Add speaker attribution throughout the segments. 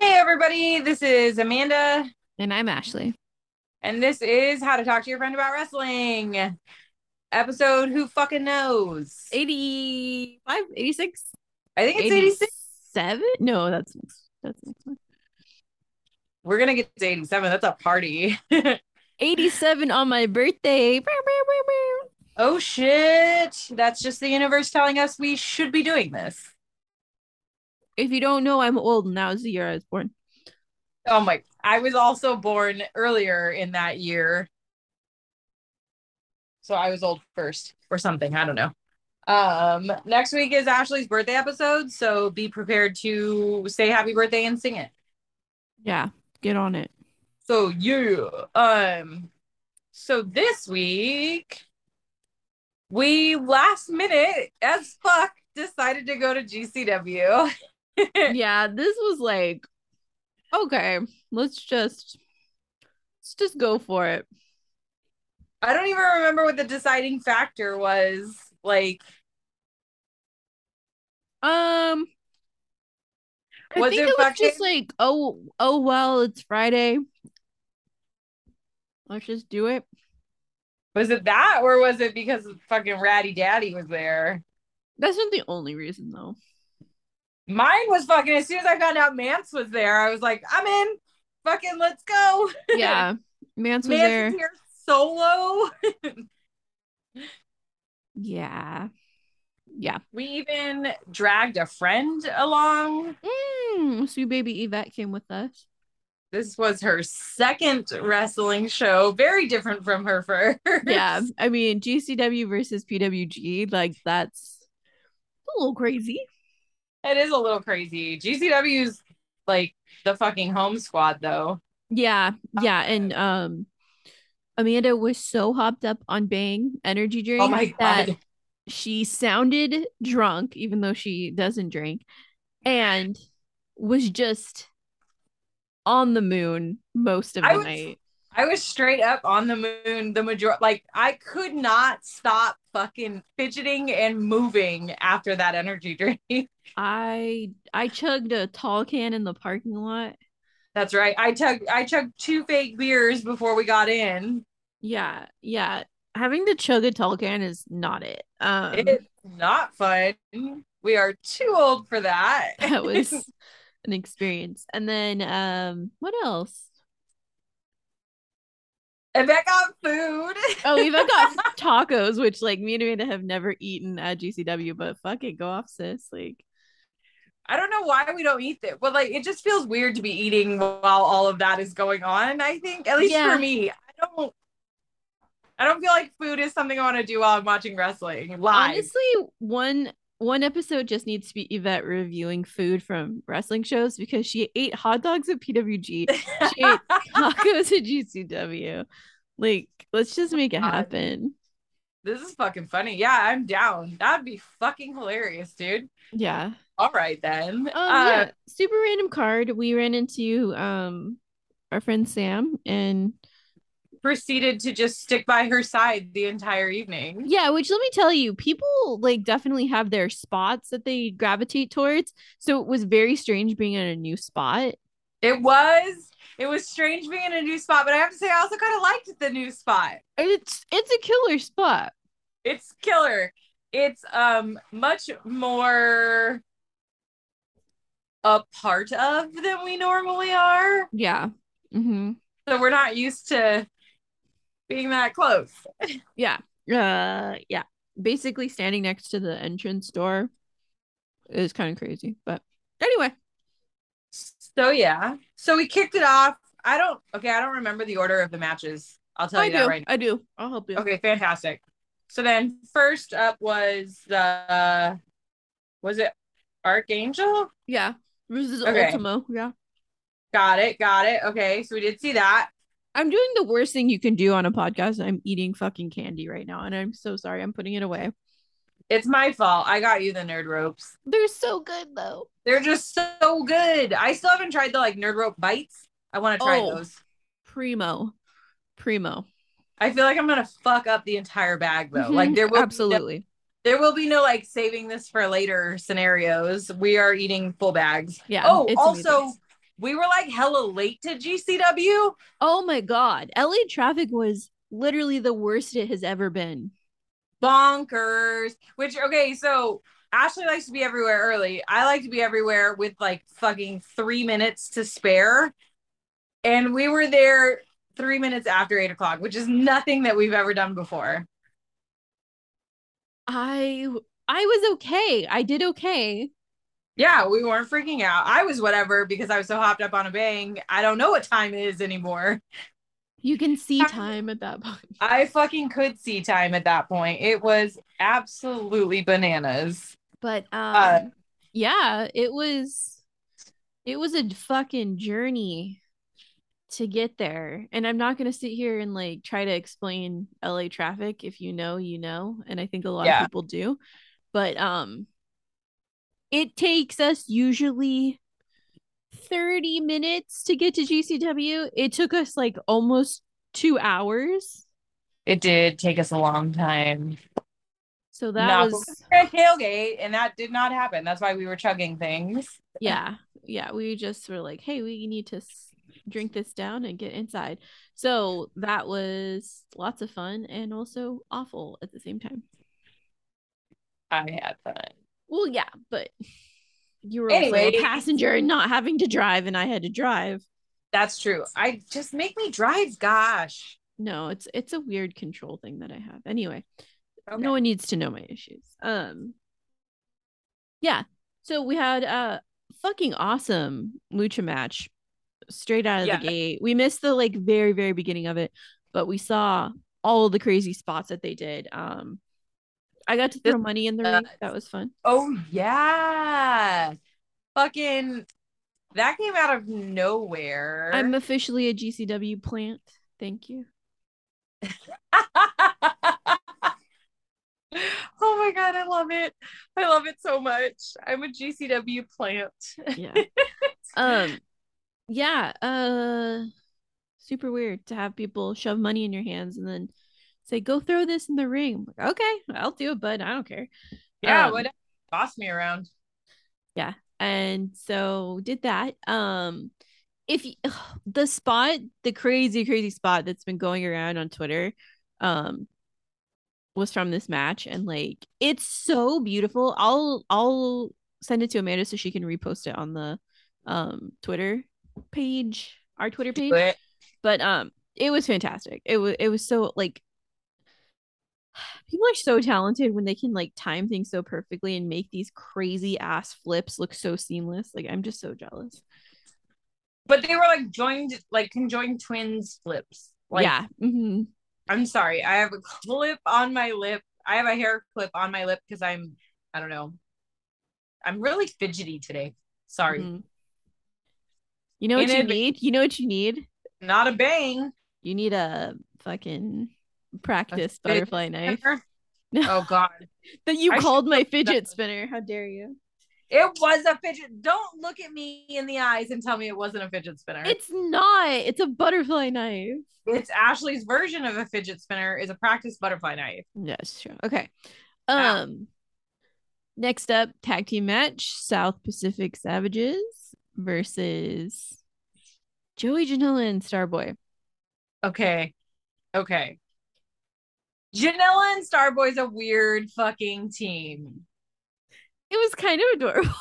Speaker 1: Hey, everybody. This is Amanda,
Speaker 2: And I'm Ashley.
Speaker 1: and this is How to Talk to Your Friend About Wrestling episode. Who fucking knows?
Speaker 2: 85, 86,
Speaker 1: I think it's 86.
Speaker 2: 87? No, that's that's next one.
Speaker 1: We're going to get to 87. That's a party.
Speaker 2: 87 on my birthday.
Speaker 1: oh, shit. That's just the universe telling us we should be doing this.
Speaker 2: If you don't know, I'm old. and That was the year I was born.
Speaker 1: Oh, my. I was also born earlier in that year. So I was old first or something. I don't know. Um, next week is Ashley's birthday episode. So be prepared to say happy birthday and sing it.
Speaker 2: Yeah, get on it.
Speaker 1: So yeah. Um so this week we last minute as fuck decided to go to GCW.
Speaker 2: yeah, this was like, okay, let's just let's just go for it.
Speaker 1: I don't even remember what the deciding factor was. Like
Speaker 2: Um I
Speaker 1: Was
Speaker 2: think
Speaker 1: it
Speaker 2: it was
Speaker 1: fucking-
Speaker 2: just like, oh oh well, it's Friday. Let's just do it.
Speaker 1: was it that or was it because fucking Ratty Daddy was there?
Speaker 2: That's not the only reason though.
Speaker 1: Mine was fucking as soon as I found out Mance was there, I was like, I'm in. Fucking let's go.
Speaker 2: yeah mance was there
Speaker 1: Mance is here solo.
Speaker 2: yeah yeah
Speaker 1: We even dragged a friend along.
Speaker 2: mm, sweet baby yvette came with us
Speaker 1: this was her second wrestling show very different from her first
Speaker 2: yeah i mean gcw versus pwg like that's a little crazy
Speaker 1: it is a little crazy gcw's like the fucking home squad though
Speaker 2: yeah yeah and um amanda was so hopped up on bang energy drink
Speaker 1: oh my
Speaker 2: that
Speaker 1: god
Speaker 2: she sounded drunk even though she doesn't drink and was just on the moon most of the
Speaker 1: I was-
Speaker 2: night
Speaker 1: i was straight up on the moon the major like i could not stop fucking fidgeting and moving after that energy drink
Speaker 2: I I chugged a tall can in the parking lot.
Speaker 1: that's right i chugged i chugged two fake beers before we got in
Speaker 2: Yeah, yeah. Having to chug a tall can is not it. Um
Speaker 1: it's not fun we are too old for that
Speaker 2: that was an experience. And then um what else?
Speaker 1: and that got food
Speaker 2: Oh, we even got tacos, which like me and Amanda have never eaten at GCW, but fuck it, go off, sis. Like
Speaker 1: I don't know why we don't eat it, but like it just feels weird to be eating while all of that is going on. I think, at least
Speaker 2: Yeah.
Speaker 1: for me, I don't. I don't feel like food is something I want to do while I'm watching wrestling live.
Speaker 2: honestly, one one episode just needs to be Yvette reviewing food from wrestling shows because she ate hot dogs at PWG. She ate tacos at GCW. Like, let's just make it
Speaker 1: God.
Speaker 2: happen.
Speaker 1: this is fucking funny. Yeah, I'm down. That'd be fucking hilarious, dude.
Speaker 2: Yeah.
Speaker 1: All right then. Uh,
Speaker 2: Um, yeah. Super random card. We ran into um our friend Sam and
Speaker 1: Proceeded to just stick by her side the entire evening.
Speaker 2: yeah, which let me tell you, people like definitely have their spots that they gravitate towards. So it was very strange being in a new spot.
Speaker 1: It was. It was strange being in a new spot, but I have to say, I also kind of liked the new spot.
Speaker 2: And it's it's a killer spot.
Speaker 1: It's killer. It's um much more a part of than we normally are.
Speaker 2: Yeah. Mm-hmm.
Speaker 1: So we're not used to being that close.
Speaker 2: Yeah. Uh yeah. Basically standing next to the entrance door is kind of crazy. But anyway.
Speaker 1: So yeah. So we kicked it off. I don't okay, I don't remember the order of the matches. I'll tell
Speaker 2: I
Speaker 1: you
Speaker 2: do.
Speaker 1: that right
Speaker 2: I do. I'll help you.
Speaker 1: now. Okay, fantastic. So then first up was the was it Archangel?
Speaker 2: Yeah. This is
Speaker 1: Okay.
Speaker 2: Ultimo. Yeah.
Speaker 1: Got it. Got it. Okay. So we did see that.
Speaker 2: I'm doing the worst thing you can do on a podcast. and I'm eating fucking candy right now, and I'm so sorry. I'm putting it away.
Speaker 1: It's my fault. I got you the nerd ropes.
Speaker 2: They're so good though.
Speaker 1: They're just so good. I still haven't tried the like nerd rope bites. I want to try
Speaker 2: Oh.
Speaker 1: those.
Speaker 2: Primo, primo.
Speaker 1: I feel like I'm gonna fuck up the entire bag though. Like
Speaker 2: Mhm.
Speaker 1: there will absolutely
Speaker 2: absolutely.
Speaker 1: there will be no like saving this for later scenarios. We are eating full bags.
Speaker 2: Yeah.
Speaker 1: oh,
Speaker 2: it's
Speaker 1: also
Speaker 2: amazing.
Speaker 1: we were like hella late to GCW.
Speaker 2: oh my god, LA traffic was literally the worst it has ever been.
Speaker 1: Bonkers. Which okay, so Ashley likes to be everywhere early. I like to be everywhere with like fucking three minutes to spare. And we were there three minutes after eight o'clock, which is nothing that we've ever done before.
Speaker 2: I I was okay. I did okay.
Speaker 1: Yeah, we weren't freaking out. I was whatever because I was so hopped up on a bang. I don't know what time it is anymore.
Speaker 2: You can see
Speaker 1: Time-
Speaker 2: time at that point.
Speaker 1: I fucking could see time at that point. It was absolutely bananas.
Speaker 2: But um
Speaker 1: Uh,
Speaker 2: yeah, it was it was a fucking journey to get there. And I'm not gonna sit here and like try to explain LA traffic. If you know, you know. And I think a lot
Speaker 1: Yeah.
Speaker 2: of people do. But um it takes us usually 30 minutes to get to GCW. It took us like almost two hours.
Speaker 1: It did take us a long time.
Speaker 2: So that
Speaker 1: Not-
Speaker 2: was
Speaker 1: We were at tailgate, and that did not happen. That's why we were chugging things.
Speaker 2: yeah yeah we just were like hey we need to s- drink this down and get inside so that was lots of fun and also awful at the same time
Speaker 1: I had fun.
Speaker 2: well yeah but you were also
Speaker 1: Anyway.
Speaker 2: a passenger and not having to drive and i had to drive
Speaker 1: That's true. I just make me drive. Gosh.
Speaker 2: no it's it's a weird control thing that i have anyway
Speaker 1: Okay.
Speaker 2: no one needs to know my issues um yeah so we had a fucking awesome lucha match straight out of
Speaker 1: Yeah.
Speaker 2: the gate we missed the like very very beginning of it but we saw all the crazy spots that they did um i got to
Speaker 1: This-
Speaker 2: throw money in the
Speaker 1: uh,
Speaker 2: ring that was fun
Speaker 1: Oh yeah. Fucking that came out of nowhere.
Speaker 2: i'm officially a gcw plant thank you
Speaker 1: oh my god, I love it. I love it so much. I'm a GCW plant.
Speaker 2: yeah um yeah uh super weird to have people shove money in your hands and then say go throw this in the ring I'm like, okay i'll do it but i don't care
Speaker 1: Yeah,
Speaker 2: Um,
Speaker 1: what boss me around.
Speaker 2: and so did that um if you, the spot the crazy crazy spot that's been going around on twitter um was from this match and like it's so beautiful i'll i'll send it to amanda so she can repost it on the um twitter page our twitter page
Speaker 1: But
Speaker 2: but um it was fantastic it was it was so like people are so talented when they can like time things so perfectly and make these crazy ass flips look so seamless like i'm just so jealous
Speaker 1: but they were like joined like conjoined twins flips. Like
Speaker 2: yeah
Speaker 1: Mm-hmm.
Speaker 2: hmm
Speaker 1: I'm sorry. I have a clip on my lip. I have a hair clip on my lip because I'm I don't know. I'm really fidgety today. Sorry.
Speaker 2: Mhm. you know what
Speaker 1: In
Speaker 2: you
Speaker 1: advan-
Speaker 2: need you know what you need
Speaker 1: Not a bang.
Speaker 2: you need a fucking practice
Speaker 1: fidget
Speaker 2: butterfly knife
Speaker 1: Oh god.
Speaker 2: that you
Speaker 1: I should
Speaker 2: called my
Speaker 1: that-
Speaker 2: fidget spinner how dare you
Speaker 1: It was a fidget. Don't look at me in the eyes and tell me it wasn't a fidget spinner.
Speaker 2: it's not it's a butterfly knife
Speaker 1: It's Ashley's version of a fidget spinner is a practice butterfly knife.
Speaker 2: That's true. Okay.
Speaker 1: Ow.
Speaker 2: Um next up, tag team match, South Pacific Savages versus Joey Janela and Starboy.
Speaker 1: Okay. Okay. Janella and Starboy's a weird fucking team.
Speaker 2: It was kind of adorable.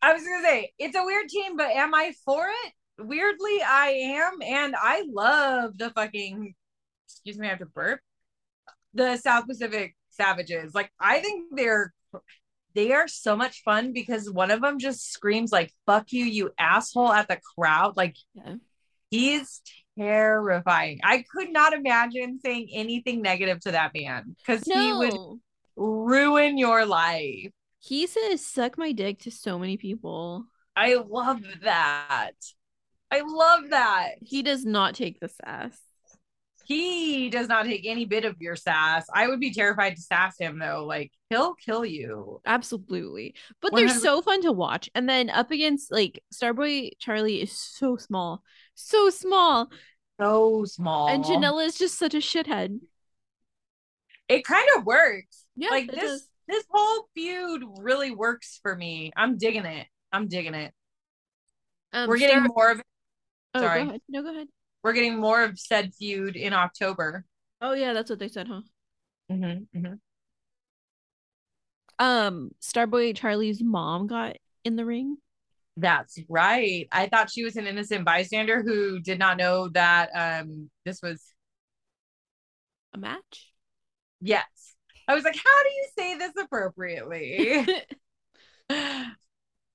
Speaker 1: I was gonna say it's a weird team, but am I for it? Weirdly, I am, and I love the fucking excuse me, I have to burp. The South Pacific Savages. Like I think they're they are so much fun because one of them just screams like fuck you, you asshole at the crowd. Like
Speaker 2: Yeah.
Speaker 1: he's terrifying. I could not imagine saying anything negative to that man because he would
Speaker 2: No.
Speaker 1: ruin your life.
Speaker 2: He says, "Suck my dick" to so many people.
Speaker 1: I love that. I love that.
Speaker 2: He does not take the sass.
Speaker 1: He does not take any bit of your sass. I would be terrified to sass him though. Like he'll kill you.
Speaker 2: Absolutely. But they're
Speaker 1: 100
Speaker 2: so fun to watch. And then up against like Starboy Charlie is so small. So small.
Speaker 1: So small.
Speaker 2: And Janella is just such a shithead.
Speaker 1: It kind of works.
Speaker 2: Yeah.
Speaker 1: like
Speaker 2: it
Speaker 1: this
Speaker 2: does.
Speaker 1: this whole feud really works for me. I'm digging it. I'm digging it.
Speaker 2: Um,
Speaker 1: We're getting
Speaker 2: Star-
Speaker 1: more of
Speaker 2: oh,
Speaker 1: sorry.
Speaker 2: Go ahead. No, go ahead.
Speaker 1: we're getting more of said feud in October.
Speaker 2: Oh yeah, that's what they said, huh?
Speaker 1: Mm-hmm,
Speaker 2: Um, Starboy Charlie's mom got in the ring.
Speaker 1: That's right. I thought she was an innocent bystander who did not know that um this was
Speaker 2: A match.
Speaker 1: yes. I was like, how do you say this appropriately?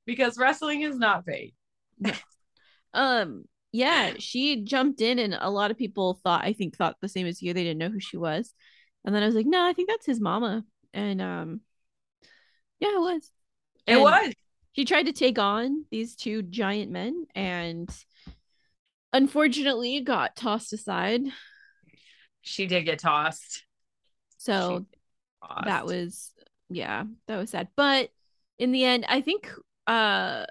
Speaker 1: because wrestling is not fake.
Speaker 2: um yeah she jumped in and a lot of people thought i think thought the same as you they didn't know who she was and then i was like no i think that's his mama and um yeah it was
Speaker 1: It
Speaker 2: And
Speaker 1: was.
Speaker 2: she tried to take on these two giant men and unfortunately got tossed aside
Speaker 1: She did get tossed.
Speaker 2: so
Speaker 1: Tossed.
Speaker 2: that was yeah that was sad but in the end i think uh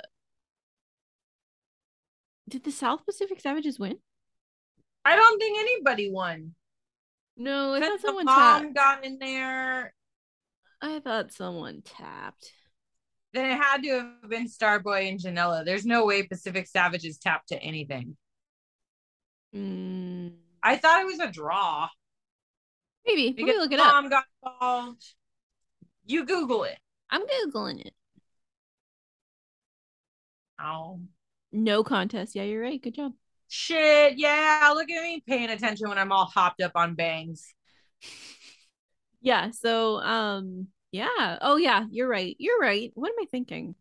Speaker 2: did the south pacific savages win
Speaker 1: I don't think anybody won.
Speaker 2: no i
Speaker 1: Could
Speaker 2: thought
Speaker 1: the
Speaker 2: someone tapped
Speaker 1: mom got in there?
Speaker 2: i thought someone tapped
Speaker 1: Then it had to have been Starboy and Janela. There's no way Pacific Savages tapped to anything.
Speaker 2: Mm,
Speaker 1: I thought it was a draw.
Speaker 2: maybe let me
Speaker 1: Because
Speaker 2: look
Speaker 1: the
Speaker 2: it up
Speaker 1: Mom got involved. You Google it.
Speaker 2: i'm googling it
Speaker 1: Oh
Speaker 2: no contest yeah you're right good job
Speaker 1: shit! Yeah, look at me paying attention when I'm all hopped up on bangs.
Speaker 2: yeah so um yeah oh yeah you're right you're right what am i thinking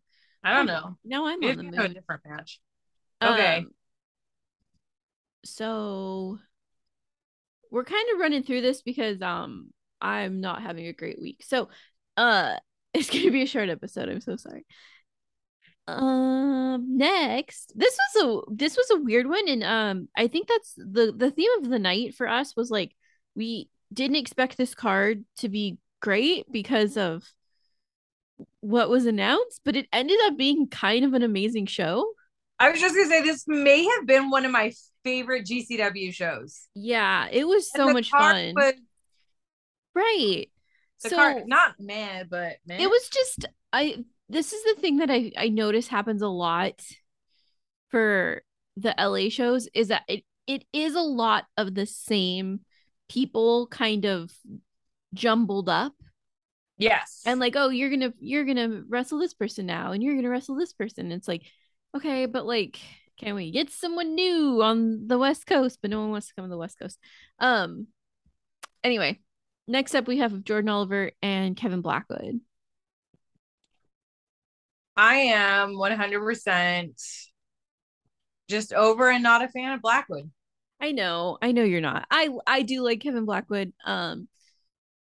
Speaker 1: I don't know.
Speaker 2: now Hmm. i'm on
Speaker 1: Maybe
Speaker 2: the
Speaker 1: we have a
Speaker 2: moon
Speaker 1: different match. Okay.
Speaker 2: Um, so we're kind of running through this because um I'm not having a great week. So uh it's gonna be a short episode. I'm so sorry. Um next. This was a this was a weird one and um I think that's the the theme of the night for us was like we didn't expect this card to be great because of what was announced, but it ended up being kind of an amazing show.
Speaker 1: I was just gonna say this may have been one of my favorite GCW shows.
Speaker 2: Yeah, it was
Speaker 1: And
Speaker 2: so
Speaker 1: the
Speaker 2: much
Speaker 1: card
Speaker 2: fun.
Speaker 1: was-
Speaker 2: right.
Speaker 1: the
Speaker 2: so
Speaker 1: card, not mad, but meh.
Speaker 2: it was just I this is the thing that I I notice happens a lot for the LA shows is that it it is a lot of the same people kind of jumbled up
Speaker 1: yes,
Speaker 2: and like oh you're going to you're going to wrestle this person now and you're going to wrestle this person it's like okay but like can we get someone new on the west coast but no one wants to come to the west coast um anyway next up we have jordan oliver and kevin blackwood
Speaker 1: I am 100% just over and not a fan of Blackwood.
Speaker 2: I know, I know you're not. I I do like Kevin Blackwood. Um,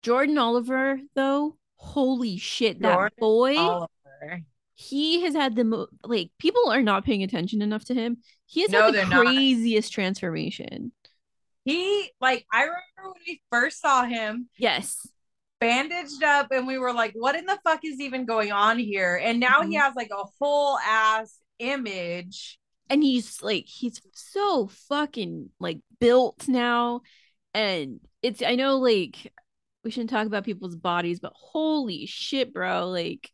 Speaker 2: Jordan Oliver though, holy shit, that
Speaker 1: Jordan
Speaker 2: boy,
Speaker 1: Oliver.
Speaker 2: he has had the mo- like people are not paying attention enough to him. He has
Speaker 1: No,
Speaker 2: had the
Speaker 1: they're not.
Speaker 2: craziest transformation.
Speaker 1: He, like, I remember when we first saw him
Speaker 2: Yes,
Speaker 1: bandaged up and we were like, what in the fuck is even going on here? And now he
Speaker 2: Mhm.
Speaker 1: has like a whole ass image.
Speaker 2: and he's like he's so fucking like built now, and it's I know like we shouldn't talk about people's bodies, but holy shit, bro, like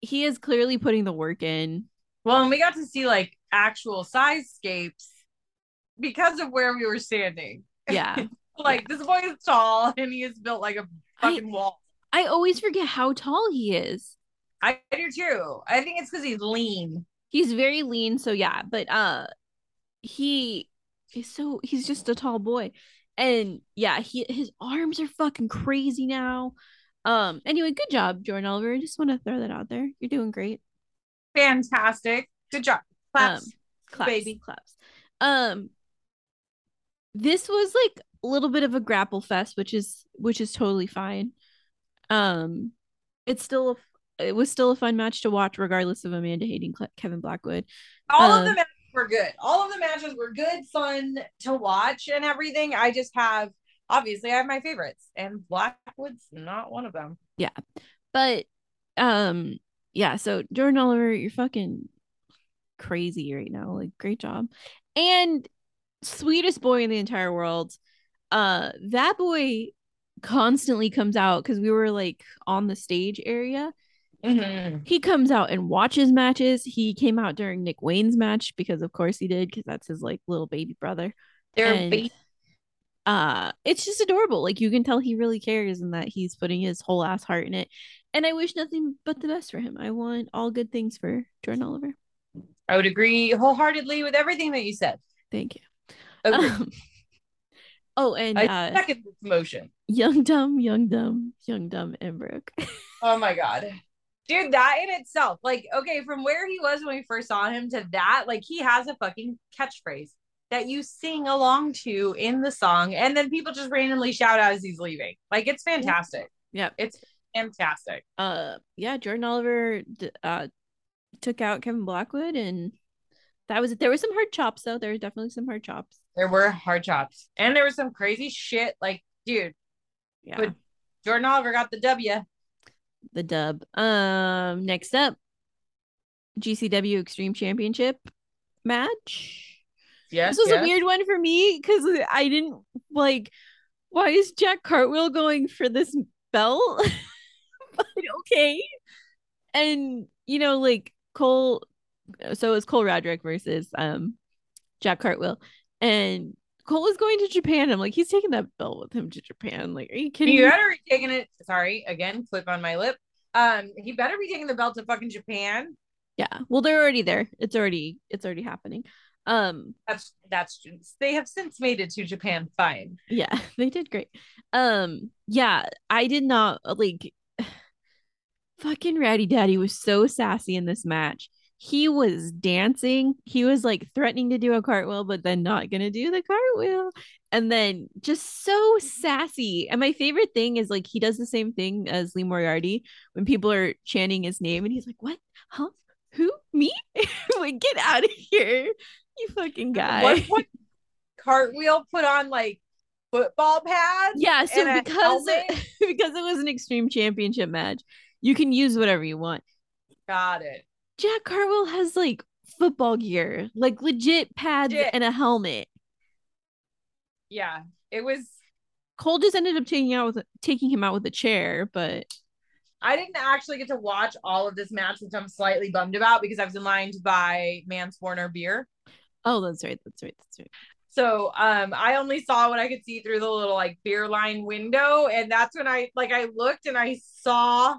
Speaker 2: he is clearly putting the work in.
Speaker 1: Well, and we got to see like actual sizescapes because of where we were standing.
Speaker 2: Yeah.
Speaker 1: Like, this boy is tall and he is built like a
Speaker 2: I-
Speaker 1: fucking wall.
Speaker 2: I always forget how tall he is.
Speaker 1: I do too. I think it's because he's lean.
Speaker 2: He's very lean, so yeah, but uh he is so he's just a tall boy. And yeah, he his arms are fucking crazy now. Um anyway, good job, Jordan Oliver. I just want to throw that out there. You're doing great.
Speaker 1: fantastic. Good job. Claps.
Speaker 2: Um, claps,
Speaker 1: baby.
Speaker 2: claps. Um this was like a little bit of a grapple fest, which is which is totally fine. Um it's still a, it was still a fun match to watch, regardless of Amanda hating Cle- Kevin Blackwood.
Speaker 1: All
Speaker 2: Um,
Speaker 1: of the matches were good. All of the matches were good, fun to watch, and everything. I just have obviously I have my favorites, and Blackwood's not one of them.
Speaker 2: But um, yeah. So Jordan Oliver, you're fucking crazy right now. Like, great job, and sweetest boy in the entire world. Uh, that boy constantly comes out because we were like on the stage area he comes out and watches matches. He came out during Nick Wayne's match because of course he did because that's his like little baby brother.
Speaker 1: They're
Speaker 2: And,
Speaker 1: ba-
Speaker 2: uh it's just adorable. Like you can tell he really cares and that he's putting his whole ass heart in it. And I wish nothing but the best for him. I want all good things for Jordan Oliver.
Speaker 1: I would agree wholeheartedly with everything that you said.
Speaker 2: Thank you.
Speaker 1: Agreed.
Speaker 2: Um, oh, and
Speaker 1: I
Speaker 2: uh,
Speaker 1: second this motion.
Speaker 2: young dumb, young dumb, young dumb Embrook.
Speaker 1: Oh my god. Dude, that in itself, like, okay, from where he was when we first saw him to that, like, he has a fucking catchphrase that you sing along to in the song, and then people just randomly shout out as he's leaving. Like, it's fantastic.
Speaker 2: yep.
Speaker 1: Fantastic.
Speaker 2: uh yeah jordan oliver d- uh took out kevin blackwood and that was it there were some hard chops though there were definitely some hard chops
Speaker 1: There were hard chops, and there was some crazy shit. Like, dude,
Speaker 2: yeah
Speaker 1: Good. Jordan Oliver got the W.
Speaker 2: the dub um next up gcw extreme championship match
Speaker 1: Yes.
Speaker 2: this was
Speaker 1: yes.
Speaker 2: a weird one for me because i didn't like why is jack cartwheel going for this belt but okay and you know like cole so it was cole roderick versus um jack cartwheel and cole is going to japan i'm like he's taking that belt with him to japan like are you kidding
Speaker 1: You
Speaker 2: me?
Speaker 1: better be taking it. Sorry, again, flip on my lip. Um, he better be taking the belt to fucking Japan.
Speaker 2: yeah well they're already there it's already it's already happening um
Speaker 1: That's that's they have since made it to Japan. Fine.
Speaker 2: yeah they did great um yeah i did not uh, like fucking ratty daddy was so sassy in this match he was dancing he was like threatening to do a cartwheel but then not gonna do the cartwheel and then just so sassy and my favorite thing is like he does the same thing as lee moriarty when people are chanting his name and he's like what huh who me like get out of here you fucking guy
Speaker 1: One point, cartwheel put on like football pads.
Speaker 2: yeah so
Speaker 1: and uh, a
Speaker 2: because
Speaker 1: helmet?
Speaker 2: it, because it was an extreme championship match you can use whatever you want
Speaker 1: Got it.
Speaker 2: jack carwell has like football gear like legit pads
Speaker 1: Legit.
Speaker 2: and a helmet
Speaker 1: Yeah, it was.
Speaker 2: cole just ended up taking out with taking him out with a chair but
Speaker 1: I didn't actually get to watch all of this match, which I'm slightly bummed about because I was in line to buy Mansforner beer.
Speaker 2: oh that's right that's right that's right
Speaker 1: So um I only saw what I could see through the little like beer line window and that's when I like I looked and I saw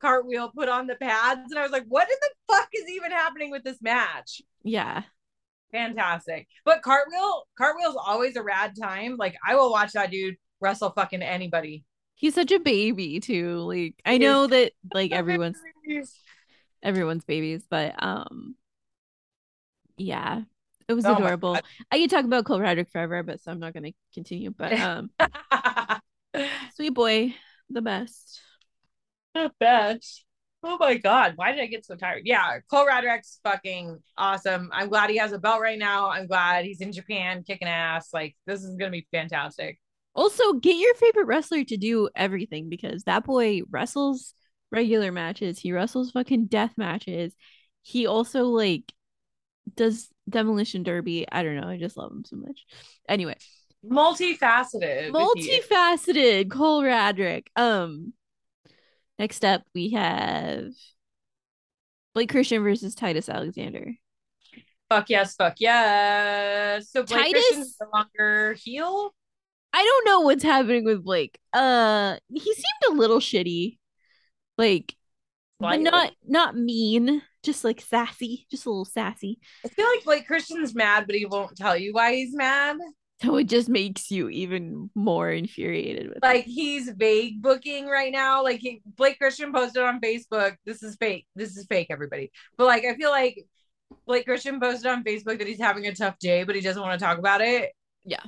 Speaker 1: Cartwheel put on the pads and I was like what in the fuck is even happening with this match?
Speaker 2: yeah
Speaker 1: Fantastic. But Cartwheel Cartwheel's always a rad time. Like I will watch that dude wrestle fucking anybody.
Speaker 2: he's such a baby too like i
Speaker 1: He
Speaker 2: know
Speaker 1: is.
Speaker 2: that like everyone's everyone's babies but um yeah it was
Speaker 1: Oh my
Speaker 2: adorable i could talk about cole roderick forever but so i'm not gonna continue but um sweet boy the best
Speaker 1: Not bad. Oh my god, why did I get so tired? Yeah, Cole Roderick's fucking awesome. I'm glad he has a belt right now. I'm glad he's in Japan kicking ass. Like this is gonna be fantastic.
Speaker 2: Also, get your favorite wrestler to do everything because that boy wrestles regular matches. He wrestles fucking death matches. He also like does demolition derby. I don't know. I just love him so much. Anyway,
Speaker 1: Multifaceted. He is-
Speaker 2: multifaceted Cole Radrick. Um, next up we have Blake Christian versus Titus Alexander.
Speaker 1: Fuck yes, fuck yes. So Blake
Speaker 2: Titus-
Speaker 1: Christian's no longer heel.
Speaker 2: I don't know what's happening with Blake. Uh, he seemed a little shitty. Like but
Speaker 1: Slightly.
Speaker 2: not not mean just like sassy just a little sassy
Speaker 1: I feel like Blake Christian's mad, but he won't tell you why he's mad.
Speaker 2: so it just makes you even more infuriated with
Speaker 1: Like he's vague booking right now. Like he, Blake Christian posted on Facebook, this is fake. This is fake, everybody. But like I feel like Blake Christian posted on Facebook that he's having a tough day, but he doesn't want to talk about it.
Speaker 2: Yeah.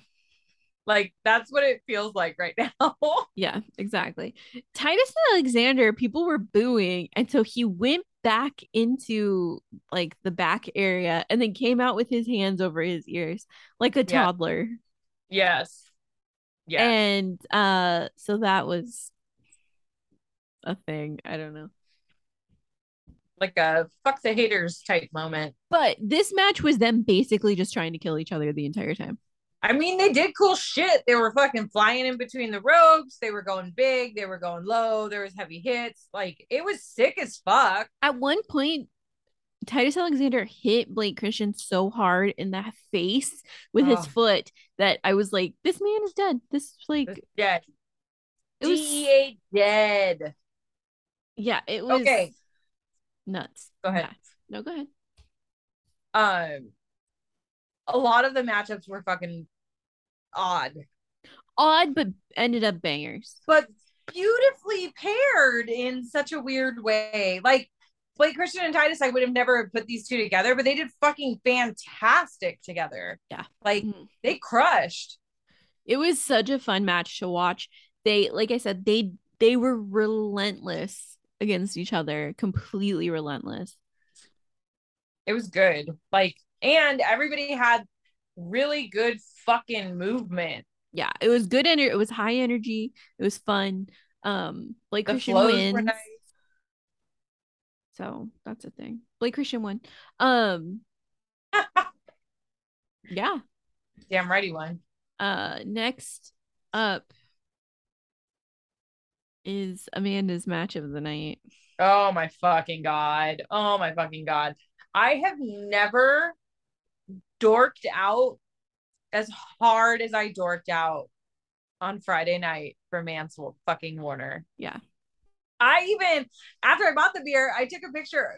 Speaker 1: Like that's what it feels like right now.
Speaker 2: Yeah, exactly. Titus and Alexander, people were booing. And so he went back into like the back area and then came out with his hands over his ears like a
Speaker 1: Yeah.
Speaker 2: toddler.
Speaker 1: yes. Yeah.
Speaker 2: And uh so that was a thing. I don't know.
Speaker 1: like a fuck the haters type moment.
Speaker 2: But this match was them basically just trying to kill each other the entire time.
Speaker 1: I mean, they did cool shit. They were fucking flying in between the ropes. They were going big. They were going low. There was heavy hits. Like it was sick as fuck.
Speaker 2: At one point, Titus Alexander hit Blake Christian so hard in the face with his
Speaker 1: Ugh.
Speaker 2: foot that I was like, this man is dead. This like
Speaker 1: Dead.
Speaker 2: it was
Speaker 1: DEA dead.
Speaker 2: yeah, it was
Speaker 1: Okay.
Speaker 2: nuts.
Speaker 1: Go ahead.
Speaker 2: No, go ahead.
Speaker 1: Um, a lot of the matchups were fucking odd,
Speaker 2: Odd but ended up bangers.
Speaker 1: but beautifully paired in such a weird way. Like Blake Christian and Titus, I would have never put these two together, but they did fucking fantastic together.
Speaker 2: Yeah.
Speaker 1: Like
Speaker 2: Mhm.
Speaker 1: they crushed.
Speaker 2: It was such a fun match to watch. They like I said, they they were relentless against each other, completely relentless.
Speaker 1: It was good. Like, and everybody had really good fucking movement.
Speaker 2: yeah, it was good energy. It was high energy. It was fun. Um, Blake
Speaker 1: The
Speaker 2: Christian
Speaker 1: flows were
Speaker 2: wins,
Speaker 1: nice.
Speaker 2: so that's a thing. Blake Christian won. Um, yeah.
Speaker 1: Damn righty one.
Speaker 2: Uh, next up is Amanda's match of the night.
Speaker 1: Oh my fucking god. Oh my fucking god. I have never dorked out as hard as I dorked out on Friday night for Mansell fucking Warner.
Speaker 2: Yeah.
Speaker 1: I even after I bought the beer, I took a picture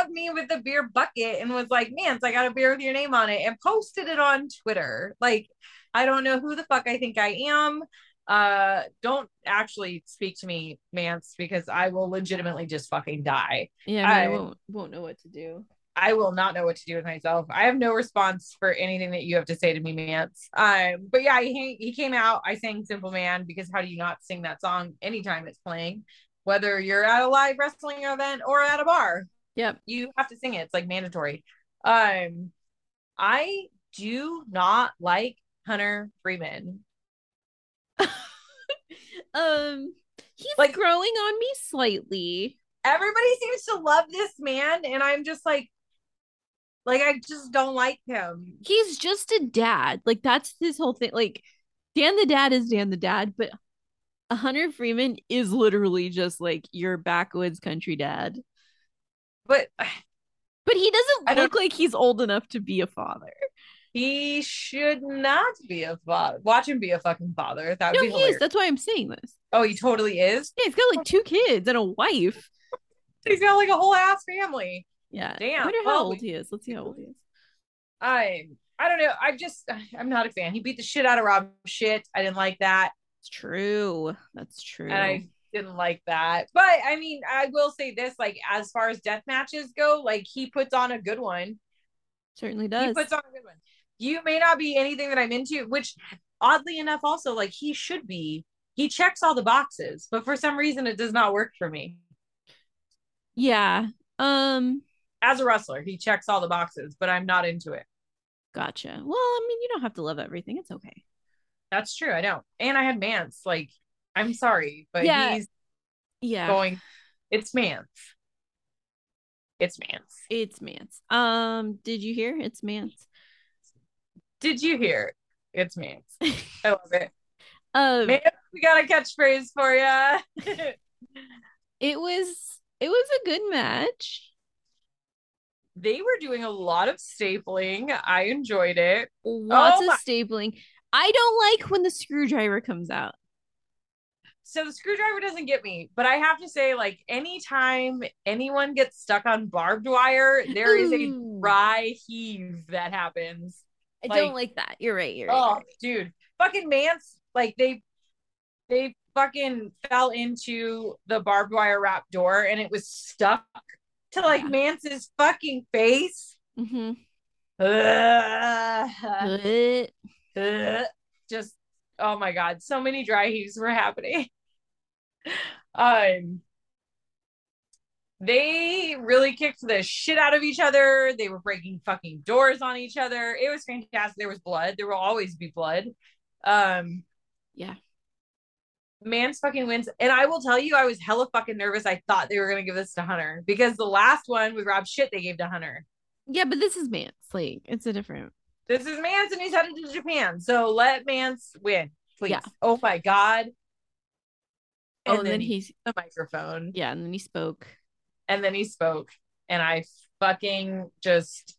Speaker 1: of me with the beer bucket and was like, "Man, I got a beer with your name on it," and posted it on Twitter. Like, I don't know who the fuck I think I am. Uh, don't actually speak to me, Mance, because I will legitimately just fucking die.
Speaker 2: Yeah, I,
Speaker 1: I-
Speaker 2: mean, I won't won't know what to do.
Speaker 1: I will not know what to do with myself. I have no response for anything that you have to say to me, Mance. Um, but yeah, he, he came out. I sang Simple Man because how do you not sing that song anytime it's playing, whether you're at a live wrestling event or at a bar?
Speaker 2: Yep.
Speaker 1: you have to sing it. It's like mandatory. Um, I do not like Hunter Freeman.
Speaker 2: Um, he's like
Speaker 1: Like-
Speaker 2: growing on me slightly.
Speaker 1: Everybody seems to love this man, and I'm just like, like I just don't like him.
Speaker 2: He's just a dad. Like that's his whole thing. Like Dan the dad is Dan the dad, but Hunter Freeman is literally just like your backwoods country dad.
Speaker 1: But
Speaker 2: But he doesn't
Speaker 1: I don't-
Speaker 2: look like he's old enough to be a father.
Speaker 1: he should not be a father. Watch him be a fucking father. That would
Speaker 2: No,
Speaker 1: be
Speaker 2: he
Speaker 1: hilarious.
Speaker 2: is. That's why I'm saying this.
Speaker 1: oh, he totally is.
Speaker 2: Yeah, he's got like two kids and a wife.
Speaker 1: He's got like a whole ass family.
Speaker 2: Yeah. I
Speaker 1: Damn.
Speaker 2: wonder how
Speaker 1: Well,
Speaker 2: old
Speaker 1: we-
Speaker 2: he is. Let's see how old he is.
Speaker 1: I'm. I don't know. I just. I'm not a fan. He beat the shit out of Rob. Shit. I didn't like that.
Speaker 2: It's true. That's true.
Speaker 1: and I didn't like that. But I mean, I will say this: like as far as death matches go, like he puts on a good one.
Speaker 2: Certainly does.
Speaker 1: He puts on a good one. You may not be anything that I'm into, which oddly enough, also like he should be. He checks all the boxes, but for some reason, it does not work for me.
Speaker 2: yeah. Um,
Speaker 1: As a wrestler, he checks all the boxes, but I'm not into it.
Speaker 2: gotcha. Well, I mean, you don't have to love everything. It's okay.
Speaker 1: That's true. I don't. And I had Mance. Like, I'm sorry, but
Speaker 2: Yeah.
Speaker 1: he's
Speaker 2: Yeah.
Speaker 1: going. It's Mance. It's Mance.
Speaker 2: It's Mance. Um, did you hear? It's Mance.
Speaker 1: Did you hear? It? It's Mance. I love it.
Speaker 2: Um,
Speaker 1: Man, we got a catchphrase for you.
Speaker 2: it was it was a good match.
Speaker 1: they were doing a lot of stapling. I enjoyed it.
Speaker 2: Lots
Speaker 1: my-
Speaker 2: of stapling. I don't like when the screwdriver comes out.
Speaker 1: So the screwdriver doesn't get me, but I have to say, like, anytime anyone gets stuck on barbed wire, there is a
Speaker 2: Ooh.
Speaker 1: dry heave that happens.
Speaker 2: I don't like that. You're right. You're right. you're
Speaker 1: Oh,
Speaker 2: right.
Speaker 1: dude, fucking Mance, like they, they fucking fell into the barbed wire wrap door, and it was stuck to like
Speaker 2: Yeah.
Speaker 1: Mance's fucking face.
Speaker 2: Mhm.
Speaker 1: Ugh.
Speaker 2: Good.
Speaker 1: Ugh. just oh my god, so many dry heaves were happening. Um they really kicked the shit out of each other. They were breaking fucking doors on each other. It was fantastic. There was blood. There will always be blood. Um
Speaker 2: Yeah.
Speaker 1: Mance fucking wins. And I will tell you, I was hella fucking nervous. I thought they were gonna give this to Hunter because the last one with Rob shit they gave to Hunter.
Speaker 2: Yeah, but this is Mance. Like it's a different
Speaker 1: This is Mance and he's headed to Japan. So let Mance win, please.
Speaker 2: Yeah.
Speaker 1: Oh my God.
Speaker 2: Oh, and then he's
Speaker 1: the microphone
Speaker 2: yeah, and then he spoke.
Speaker 1: and then he spoke and I fucking just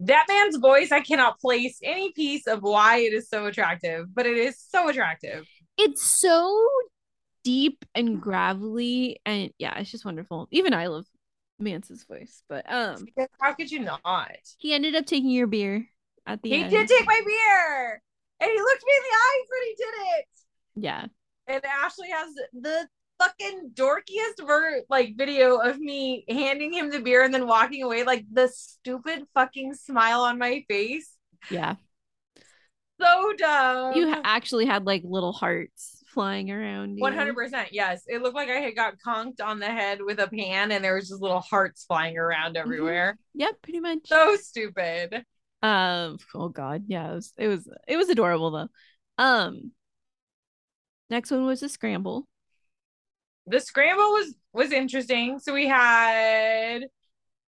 Speaker 1: that man's voice I cannot place any piece of why it is so attractive, but it is so attractive.
Speaker 2: It's so deep and gravelly and yeah, it's just wonderful. Even I love Mance's voice, but um
Speaker 1: Because How could you not?
Speaker 2: he ended up taking your beer at the
Speaker 1: he
Speaker 2: end.
Speaker 1: did take my beer and he looked me in the eyes when he did it.
Speaker 2: yeah.
Speaker 1: and Ashley has the fucking dorkiest ver- like video of me handing him the beer and then walking away like the stupid fucking smile on my face
Speaker 2: Yeah.
Speaker 1: so dumb
Speaker 2: You ha- actually had like little hearts flying around. you.
Speaker 1: 100% yes it looked like i had got conked on the head with a pan and there was just little hearts flying around everywhere
Speaker 2: Yep, pretty much.
Speaker 1: so stupid
Speaker 2: Um. Oh God. Yeah. It was. It was. It was adorable though. Um. Next one was a scramble.
Speaker 1: the scramble was was interesting so we had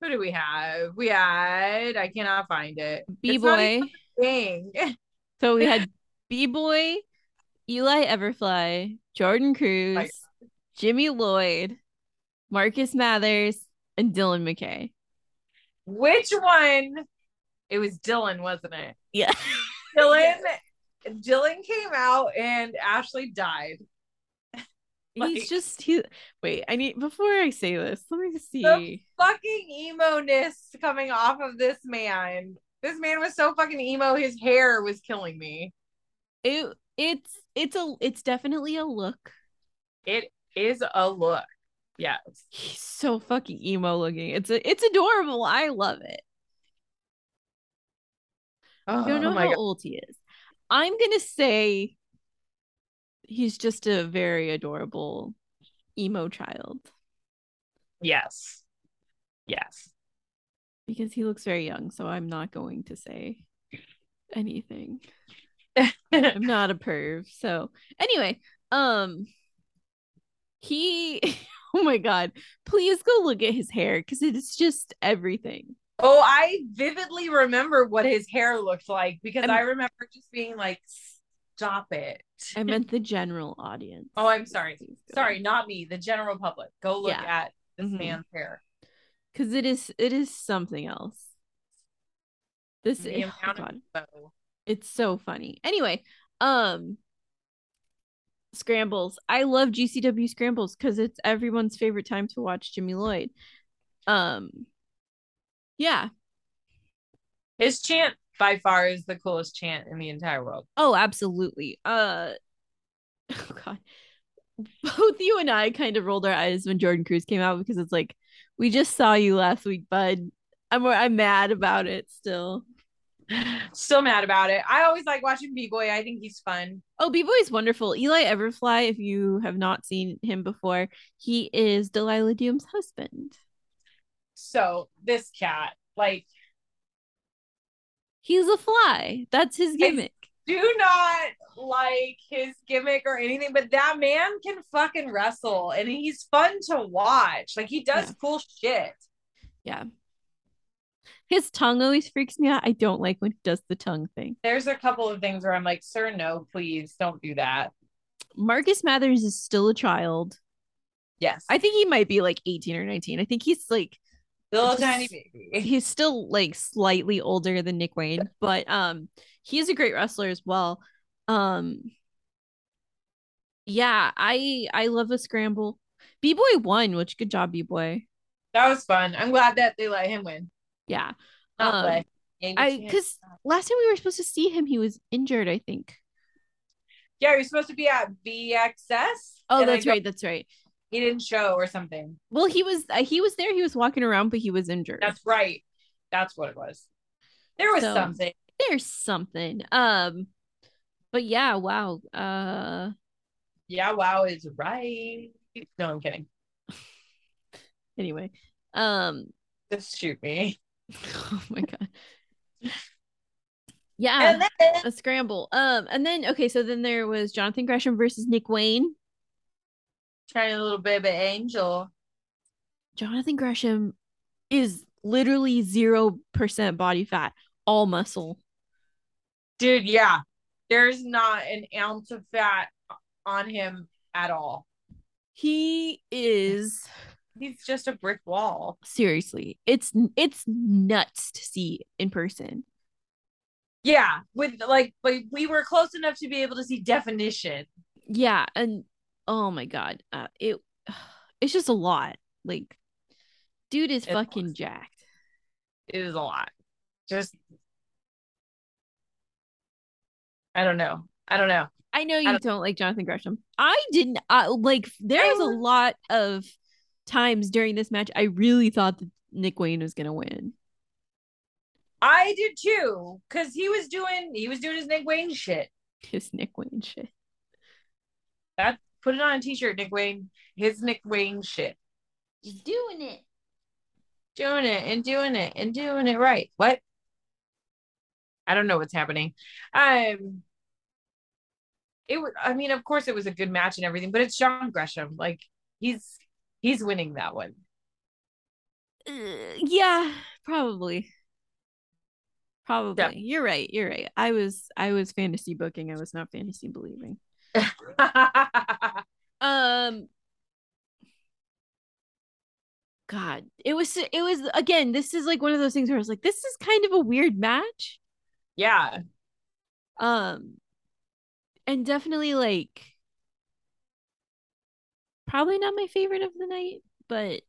Speaker 1: who do we have we had i cannot find it
Speaker 2: B
Speaker 1: It's not
Speaker 2: boy.
Speaker 1: even dang
Speaker 2: So we had B boy, Eli Everfly, Jordan Cruz, Jimmy Lloyd, Marcus Mathers, and Dylan McKay.
Speaker 1: Which one? It was Dylan, wasn't it?
Speaker 2: Yeah.
Speaker 1: Dylan. Dylan came out and Ashley died. Like-
Speaker 2: He's just he. Wait. I need before I say this. Let me see.
Speaker 1: Fucking emo ness coming off of this man. This man was so fucking emo. His hair was killing me.
Speaker 2: It. It's. It's a. It's definitely a look.
Speaker 1: It is a look. Yes.
Speaker 2: He's so fucking emo looking. It's a. It's adorable. I love it.
Speaker 1: Oh,
Speaker 2: I don't know
Speaker 1: my
Speaker 2: how
Speaker 1: god.
Speaker 2: old he is. I'm gonna say he's just a very adorable emo child
Speaker 1: Yes. Yes.
Speaker 2: because he looks very young. So I'm not going to say anything. I'm not a perv. So anyway, um, he. Oh my god! Please go look at his hair because it is just everything.
Speaker 1: Oh, I vividly remember what his hair looked like because
Speaker 2: I'm-
Speaker 1: I remember just being like, stop it.
Speaker 2: I meant the general audience.
Speaker 1: Oh, I'm sorry.
Speaker 2: Please go.
Speaker 1: Sorry, not me, the general public. Go look
Speaker 2: Yeah.
Speaker 1: at this
Speaker 2: Mhm.
Speaker 1: man's hair.
Speaker 2: because it is it is something else. This
Speaker 1: The
Speaker 2: oh
Speaker 1: amount of-
Speaker 2: God,
Speaker 1: So,
Speaker 2: it's so funny. Anyway, um, scrambles. I love GCW scrambles because it's everyone's favorite time to watch Jimmy Lloyd. Um, yeah.
Speaker 1: his chant by far is the coolest chant in the entire world.
Speaker 2: Oh, absolutely. Uh, oh God. Both you and I kind of rolled our eyes when Jordan Cruz came out because it's like we just saw you last week, bud. I'm I'm mad about it still.
Speaker 1: Still mad about it. I always like watching B Boy. I think he's fun.
Speaker 2: Oh, B Boy's wonderful. Eli Everfly, if you have not seen him before, he is Delilah Doom's husband.
Speaker 1: So this cat, like,
Speaker 2: He's a fly. That's his gimmick.
Speaker 1: do not like his gimmick or anything, but that man can fucking wrestle and he's fun to watch. Like he does
Speaker 2: Yeah.
Speaker 1: cool shit.
Speaker 2: His tongue always freaks me out. I don't like when he does the tongue thing.
Speaker 1: There's a couple of things where I'm like, sir, no, please don't do that.
Speaker 2: Marcus Mathers is still a child.
Speaker 1: Yes.
Speaker 2: I think he might be like 18 or 19. I think he's like
Speaker 1: Little
Speaker 2: just-
Speaker 1: tiny baby.
Speaker 2: he's still like slightly older than Nick Wayne, but um he is a great wrestler as well. Um yeah, I I love a scramble. B-boy won, which good job, B-boy.
Speaker 1: That was fun. I'm glad that they let him win.
Speaker 2: Yeah.
Speaker 1: Not
Speaker 2: Um,
Speaker 1: play. Yankees
Speaker 2: I
Speaker 1: fan.
Speaker 2: because last time we were supposed to see him, he was injured, I think.
Speaker 1: yeah, you're supposed to be at BXS.
Speaker 2: Oh,
Speaker 1: and I
Speaker 2: that's
Speaker 1: don't-
Speaker 2: right, that's right.
Speaker 1: He didn't show or something.
Speaker 2: Well, he was uh, he was there, he was walking around, but he was injured.
Speaker 1: That's right. That's what it was. There was
Speaker 2: So-
Speaker 1: something.
Speaker 2: There's something. Um But yeah, wow. Uh
Speaker 1: Yeah, wow is right. No, I'm kidding.
Speaker 2: anyway. Um
Speaker 1: Just shoot me.
Speaker 2: oh my god. Yeah.
Speaker 1: And then
Speaker 2: a scramble. Um, and then okay, so then there was Jonathan Gresham versus Nick Wayne.
Speaker 1: tiny little baby angel.
Speaker 2: Jonathan Gresham is literally zero percent body fat, all muscle.
Speaker 1: Dude, yeah. There's not an ounce of fat on him at all.
Speaker 2: He is
Speaker 1: He's just a brick wall.
Speaker 2: seriously, it's it's nuts to see in person.
Speaker 1: Yeah, with like, but we were close enough to be able to see definition.
Speaker 2: Yeah, and oh my god, uh, it it's just a lot. Like, dude is
Speaker 1: It's
Speaker 2: fucking
Speaker 1: awesome.
Speaker 2: jacked.
Speaker 1: It was a lot. Just, I don't know. I don't know.
Speaker 2: I know you
Speaker 1: don't-
Speaker 2: don't, like Jonathan Gresham. I didn't I, like. There
Speaker 1: I
Speaker 2: was a
Speaker 1: was-
Speaker 2: lot of times during this match I really thought that Nick Wayne was gonna win.
Speaker 1: I did too, cause he was doing he was doing his Nick Wayne shit.
Speaker 2: His Nick Wayne shit.
Speaker 1: That put it on a t-shirt, Nick Wayne. His Nick Wayne shit.
Speaker 2: He's doing it.
Speaker 1: Doing it and doing it and doing it right. What? I don't know what's happening. Um it was I mean, of course it was a good match and everything, but it's John Gresham. Like he's he's winning that one.
Speaker 2: Uh, yeah, probably. Probably. You're right. You're right. I was I was fantasy booking. I was not fantasy believing. Um God, it was it was again, this is like one of those things where I was like, this is kind of a weird match.
Speaker 1: yeah.
Speaker 2: um and definitely like probably not my favorite of the night but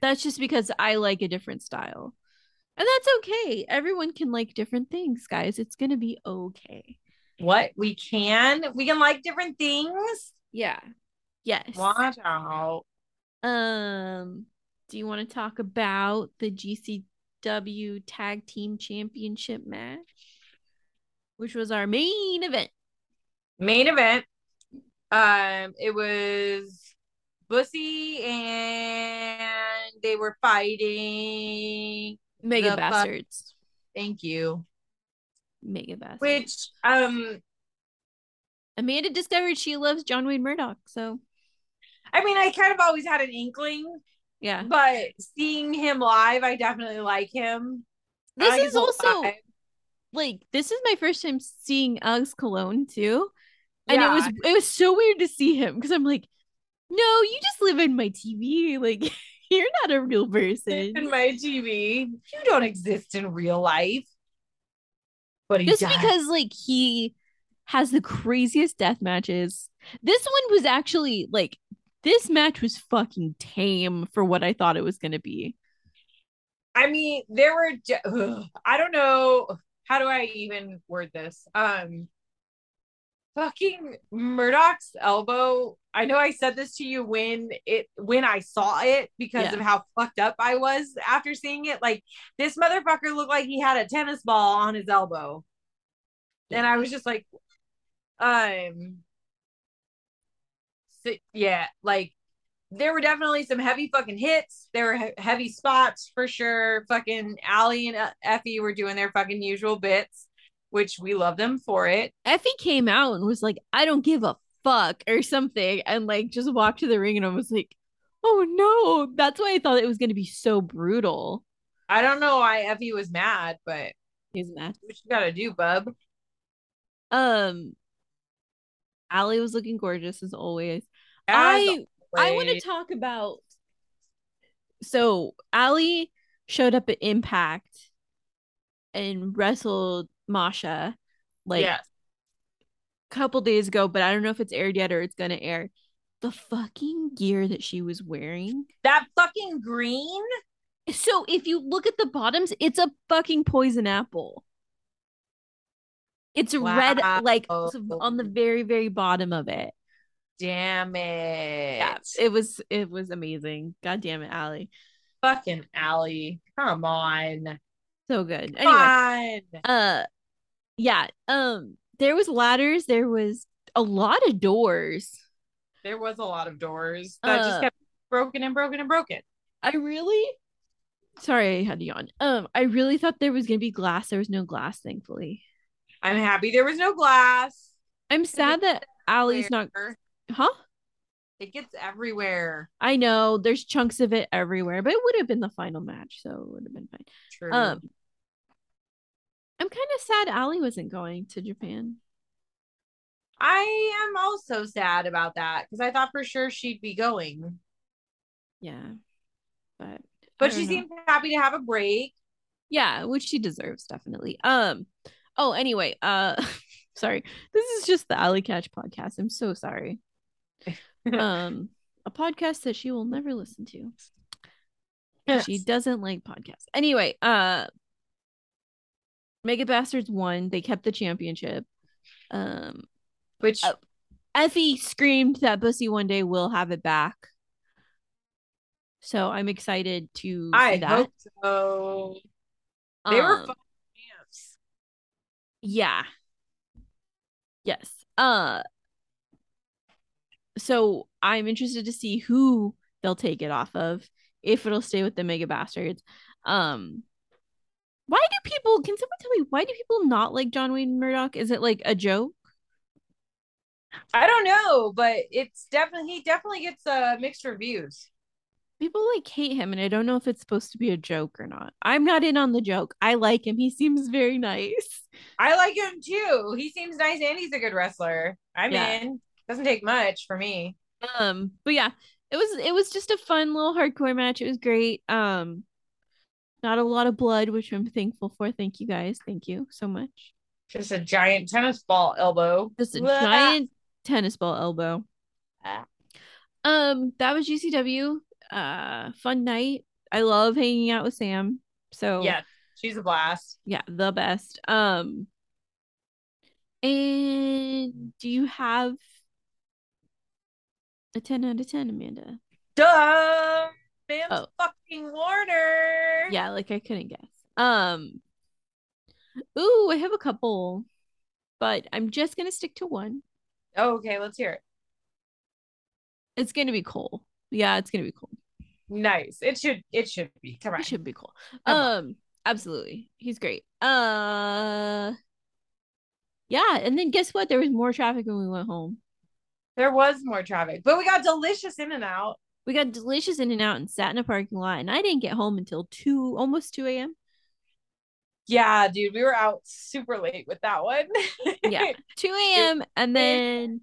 Speaker 2: that's just because i like a different style and that's okay everyone can like different things guys it's gonna be okay
Speaker 1: What we can we can like different things.
Speaker 2: yeah yes
Speaker 1: Watch out.
Speaker 2: um do you want to talk about the gcw tag team championship match which was our main event
Speaker 1: main event. Um, it was Bussy and they were fighting.
Speaker 2: mega
Speaker 1: The fuck-
Speaker 2: bastards
Speaker 1: Thank you.
Speaker 2: mega bastards
Speaker 1: Which um,
Speaker 2: Amanda discovered she loves John Wayne Murdoch. So
Speaker 1: I mean, I kind of always had an inkling,
Speaker 2: yeah,
Speaker 1: but seeing him live, I definitely like him. I
Speaker 2: this
Speaker 1: like
Speaker 2: is
Speaker 1: his whole
Speaker 2: also
Speaker 1: vibe.
Speaker 2: like this is my first time seeing Alex Cologne too, and
Speaker 1: Yeah.
Speaker 2: it was it was so weird to see him because I'm like, no, you just live in my TV. Like you're not a real person.
Speaker 1: in my TV. You don't exist in real life, but he
Speaker 2: Just
Speaker 1: does.
Speaker 2: because like he has the craziest death matches. This one was actually like this match was fucking tame for what I thought it was gonna be.
Speaker 1: I mean, there were. ju- Ugh, I don't know how do I even word this. Um, fucking Murdoch's elbow. I know I said this to you when it when I saw it because
Speaker 2: Yeah.
Speaker 1: of how fucked up I was after seeing it. Like this motherfucker looked like he had a tennis ball on his elbow, and I was just like, um, so- yeah, like there were definitely some heavy fucking hits. There were he- heavy spots for sure. Fucking Allie and uh, Effie were doing their fucking usual bits, which we love them for it.
Speaker 2: Effie came out and was like, I don't give a fuck or something, and like just walked to the ring and I was like, oh no. That's why I thought it was gonna be so brutal.
Speaker 1: I don't know why Effie was mad, but
Speaker 2: He's mad.
Speaker 1: what you gotta do, bub?
Speaker 2: Um Allie was looking gorgeous as always.
Speaker 1: As
Speaker 2: I I want to
Speaker 1: always.
Speaker 2: talk about so Allie showed up at Impact and wrestled Masha like
Speaker 1: yes.
Speaker 2: couple days ago, but I don't know if it's aired yet or it's gonna air. The fucking gear that she was wearing.
Speaker 1: that fucking green.
Speaker 2: So if you look at the bottoms, it's a fucking poison apple. It's red, like
Speaker 1: Wow.
Speaker 2: s- on the very, very bottom of it.
Speaker 1: Damn it!
Speaker 2: Yeah, it was, it was amazing. God damn it, Allie,
Speaker 1: fucking Allie. Come on.
Speaker 2: so good. Anyway,
Speaker 1: Come on.
Speaker 2: uh, yeah, um, there was ladders, there was a lot of doors.
Speaker 1: There was a lot of doors that
Speaker 2: Uh.
Speaker 1: just kept broken and broken and broken.
Speaker 2: I really sorry I had to yawn. Um, I really thought there was gonna be glass. There was no glass, thankfully.
Speaker 1: I'm happy there was no glass.
Speaker 2: I'm sad that Allie's not
Speaker 1: Everywhere.
Speaker 2: huh?
Speaker 1: It gets everywhere.
Speaker 2: I know there's chunks of it everywhere, but it would have been the final match, so it would have been fine.
Speaker 1: True.
Speaker 2: Um I'm kind of sad Allie wasn't going to Japan.
Speaker 1: I am also sad about that because I thought for sure she'd be going,
Speaker 2: Yeah. But I
Speaker 1: but
Speaker 2: don't
Speaker 1: she
Speaker 2: know.
Speaker 1: seemed happy to have a break.
Speaker 2: Yeah, which she deserves definitely. Um oh anyway, uh sorry. This is just the Alley Catch podcast. I'm so sorry. Um a podcast that she will never listen to. 'cause She doesn't like podcasts. Anyway, uh Mega Bastards won. They kept the championship. Um
Speaker 1: Which
Speaker 2: Oh. Effie screamed that Bussy one day will have it back. So I'm excited to
Speaker 1: I
Speaker 2: see that.
Speaker 1: hope so. They were
Speaker 2: Um,
Speaker 1: fun camps.
Speaker 2: Yeah. Yes. Uh so I'm interested to see who they'll take it off of, if it'll stay with the mega bastards. Um why do people can someone tell me why do people not like John Wayne Murdoch? Is it like a joke?
Speaker 1: I don't know, but it's definitely he definitely gets uh mixed reviews.
Speaker 2: People like hate him and I don't know if it's supposed to be a joke or not. I'm not in on the joke. I like him. He seems very nice.
Speaker 1: I like him too. He seems nice and he's a good wrestler. I'm
Speaker 2: Yeah.
Speaker 1: in. Doesn't take much for me.
Speaker 2: um but yeah it was it was just a fun little hardcore match it was great um not a lot of blood which i'm thankful for thank you guys thank you so much
Speaker 1: Just a giant tennis ball elbow.
Speaker 2: just a
Speaker 1: Blah.
Speaker 2: giant tennis ball elbow
Speaker 1: Ah.
Speaker 2: um that was gcw uh fun night i love hanging out with sam so
Speaker 1: Yeah, she's a blast.
Speaker 2: yeah the best um and do you have a 10 out of 10 amanda
Speaker 1: Duh, Bam
Speaker 2: Oh.
Speaker 1: fucking Warner.
Speaker 2: Yeah, like I couldn't guess. Um Ooh, I have a couple, but I'm just gonna stick to one.
Speaker 1: Oh, okay, let's hear it.
Speaker 2: It's gonna be Cole. Yeah, it's gonna be Cole.
Speaker 1: Nice. It should. It should be. Come on.
Speaker 2: It should be Cole.
Speaker 1: Come on.
Speaker 2: um, absolutely. He's great. Uh yeah, and then guess what? There was more traffic when we went home.
Speaker 1: There was more traffic, but we got delicious in and out.
Speaker 2: We got delicious in and out and sat in a parking lot, and I didn't get home until two almost two AM.
Speaker 1: Yeah, dude, we were out super late with that one.
Speaker 2: Yeah. Two AM and then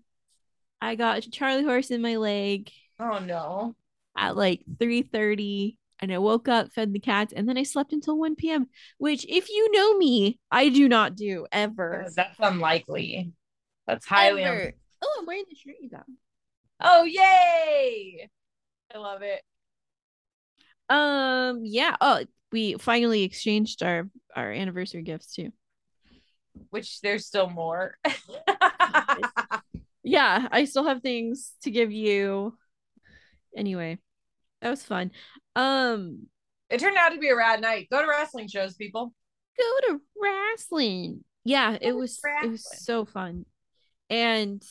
Speaker 2: I got Charlie horse in my leg.
Speaker 1: oh no.
Speaker 2: at like 3:30 and I woke up, fed the cats, and then I slept until 1 p.m., which if you know me, I do not do ever.
Speaker 1: Because That's unlikely. That's highly
Speaker 2: Ever.
Speaker 1: un-
Speaker 2: Oh, I'm wearing the shirt you got.
Speaker 1: Oh yay! I love it.
Speaker 2: Um, yeah. Oh, we finally exchanged our our anniversary gifts too.
Speaker 1: Which there's still more.
Speaker 2: Yeah, I still have things to give you. Anyway, that was fun. Um,
Speaker 1: it turned out to be a rad night. Go to wrestling shows, people.
Speaker 2: go to wrestling. Yeah, it
Speaker 1: to
Speaker 2: was it was
Speaker 1: wrestling.
Speaker 2: so fun. And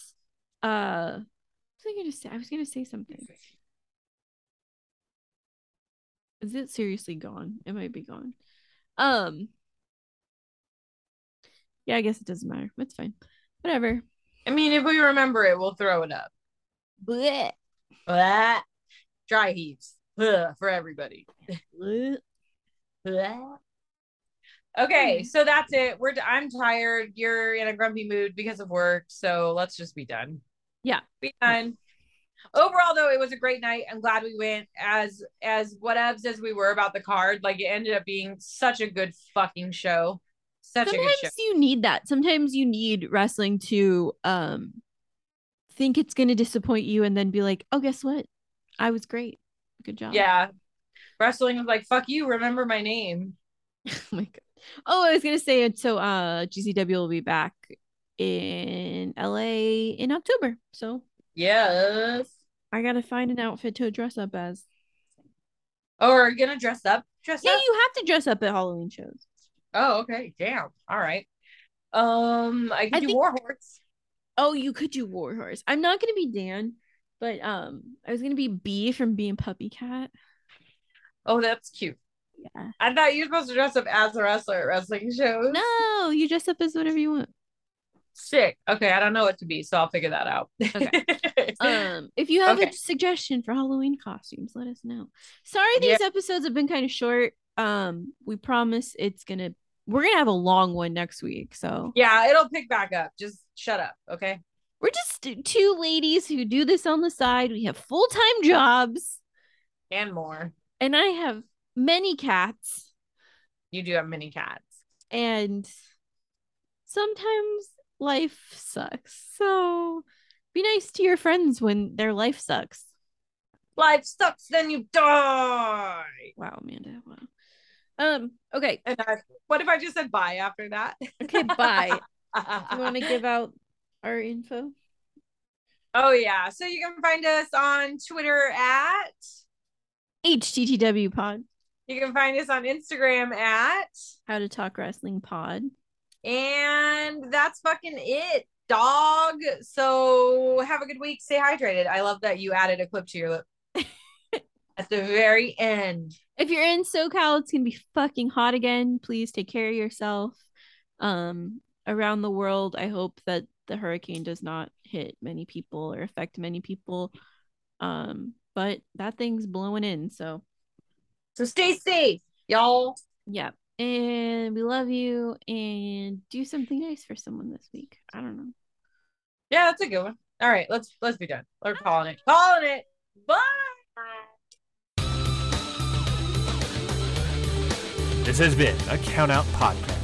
Speaker 2: uh what was I gonna say? I was gonna say something. Is it seriously gone? It might be gone. Um Yeah, I guess it doesn't matter. That's fine. Whatever.
Speaker 1: I mean, if we remember it, we'll throw it up.
Speaker 2: Blech.
Speaker 1: Blah. Dry heaves Blah, for everybody.
Speaker 2: Blech.
Speaker 1: Blah.
Speaker 2: Hmm.
Speaker 1: Okay, so that's it. We're. I'm tired. You're in a grumpy mood because of work. So let's just be done.
Speaker 2: Yeah.
Speaker 1: be done. Overall, though, it was a great night. I'm glad we went as as whatevs as we were about the card. Like it ended up being such a good fucking show. Such a
Speaker 2: Sometimes
Speaker 1: good show.
Speaker 2: you need that. Sometimes you need wrestling to um think it's gonna disappoint you and then be like, oh guess what? I was great. Good job.
Speaker 1: Yeah, wrestling was like fuck you. Remember my name.
Speaker 2: Oh my god. Oh, I was gonna say it. So uh GCW will be back in LA in October. So
Speaker 1: Yes.
Speaker 2: I gotta find an outfit to dress up as.
Speaker 1: Or Oh, gonna dress up. Dress
Speaker 2: Yeah,
Speaker 1: up.
Speaker 2: you have to dress up at Halloween shows.
Speaker 1: Oh, okay. Damn. All right. Um, I could
Speaker 2: I
Speaker 1: do
Speaker 2: think-
Speaker 1: Warhorse.
Speaker 2: Oh, you could do Warhorse. I'm not gonna be Dan, but um, I was gonna be B from being Puppy Cat.
Speaker 1: Oh, that's cute.
Speaker 2: Yeah.
Speaker 1: I thought you were supposed to dress up as a wrestler at wrestling shows.
Speaker 2: No, you dress up as whatever you want.
Speaker 1: Sick. Okay, I don't know what to be, so I'll figure that out.
Speaker 2: Okay. Um, if you have
Speaker 1: Okay.
Speaker 2: a suggestion for Halloween costumes, let us know. Sorry, these episodes have been kind of short. Um, we promise it's gonna. We're gonna have a long one next week, so
Speaker 1: yeah, it'll pick back up. Just shut up, okay?
Speaker 2: we're just two ladies who do this on the side. We have full time jobs,
Speaker 1: And more.
Speaker 2: and I have many cats,
Speaker 1: You do have mini cats.
Speaker 2: and sometimes life sucks. So be nice to your friends when their life sucks.
Speaker 1: Life sucks, then you die.
Speaker 2: Wow, Amanda. Wow. Um. Okay.
Speaker 1: And I, what if I just said bye after that?
Speaker 2: Okay. Bye. you want to give out our info?
Speaker 1: oh yeah. So you can find us on Twitter at
Speaker 2: HTTW pod,
Speaker 1: you can find us on Instagram at
Speaker 2: how to talk wrestling pod.
Speaker 1: and that's fucking it, dog. So have a good week. Stay hydrated. I love that you added a clip to your lip at the very end.
Speaker 2: If you're in SoCal, it's gonna be fucking hot again. Please take care of yourself. Um, around the world, I hope that the hurricane does not hit many people or affect many people. Um, but that thing's blowing in, so
Speaker 1: So stay safe, y'all.
Speaker 2: yeah. And we love you. And do something nice for someone this week. I don't know.
Speaker 1: Yeah, that's a good one. All right, let's let's be done. We're calling it. Calling it. Bye.
Speaker 3: This has been a Count Out Podcast.